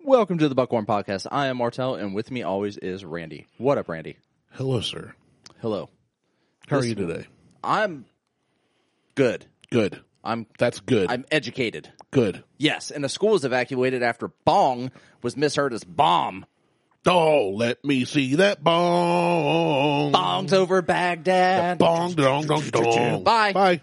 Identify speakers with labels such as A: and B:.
A: Welcome to the Buckhorn Podcast. I am Martel, and with me always is Randy. What up, Randy?
B: Hello, sir.
A: Hello.
B: How are
A: This-
B: you today?
A: I'm good.
B: Good.
A: I'm
B: That's good.
A: I'm educated.
B: good.
A: Yes, and the school was evacuated after bong was misheard as bomb.
B: Oh, let me see that bong.
A: Bongs over Baghdad.
B: Bong, dong, dong, dong.
A: Bye.
B: Bye.